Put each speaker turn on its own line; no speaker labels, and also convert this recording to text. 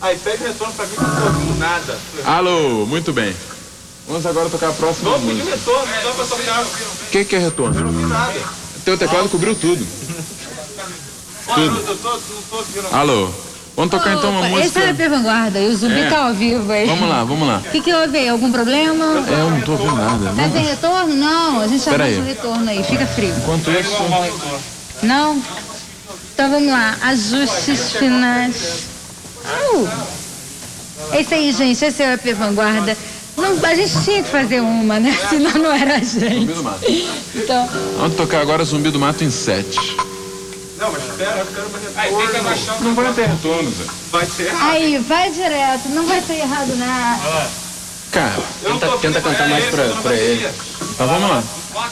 Aí pede o retorno pra mim que eu não tô ouvindo nada.
Alô, muito bem. Vamos agora tocar a próxima
Vamos pedir
música.
o retorno, não dá pra tocar. Eu
O que, que é retorno?
não vi nada.
Teu teclado cobriu tudo.
Olha, eu tô, não tô ouvindo.
Alô, vamos tocar então uma
Opa,
música.
Esse é o EP Vanguarda, e o zumbi
É.
tá ao vivo aí.
Vamos lá, vamos lá.
O que, que houve aí? Algum problema?
É, eu não tô ouvindo nada.
Tá sem retorno? Não, a gente já
Pera
faz o
aí.
retorno aí, fica frio.
Enquanto isso,
Não? Então vamos lá, ajustes finais. Au! Esse aí, gente, esse é o EP Vanguarda. Não, a gente tinha que fazer uma, né? Senão não era a gente.
Zumbi do Mato.
Então,
Vamos tocar agora Zumbi do Mato em 7.
Não, mas espera, eu quero uma retorno. Aí tem que abaixar.
Não vai ter retorno, Zé.
Vai ser errado.
aí, vai direto, não vai ter errado nada.
Cara,
Eu não tô
Tenta- tenta
ouvindo,
cantar
é
mais
esse
pra-
que eu não
pra ele.
bateria.
então vamos lá.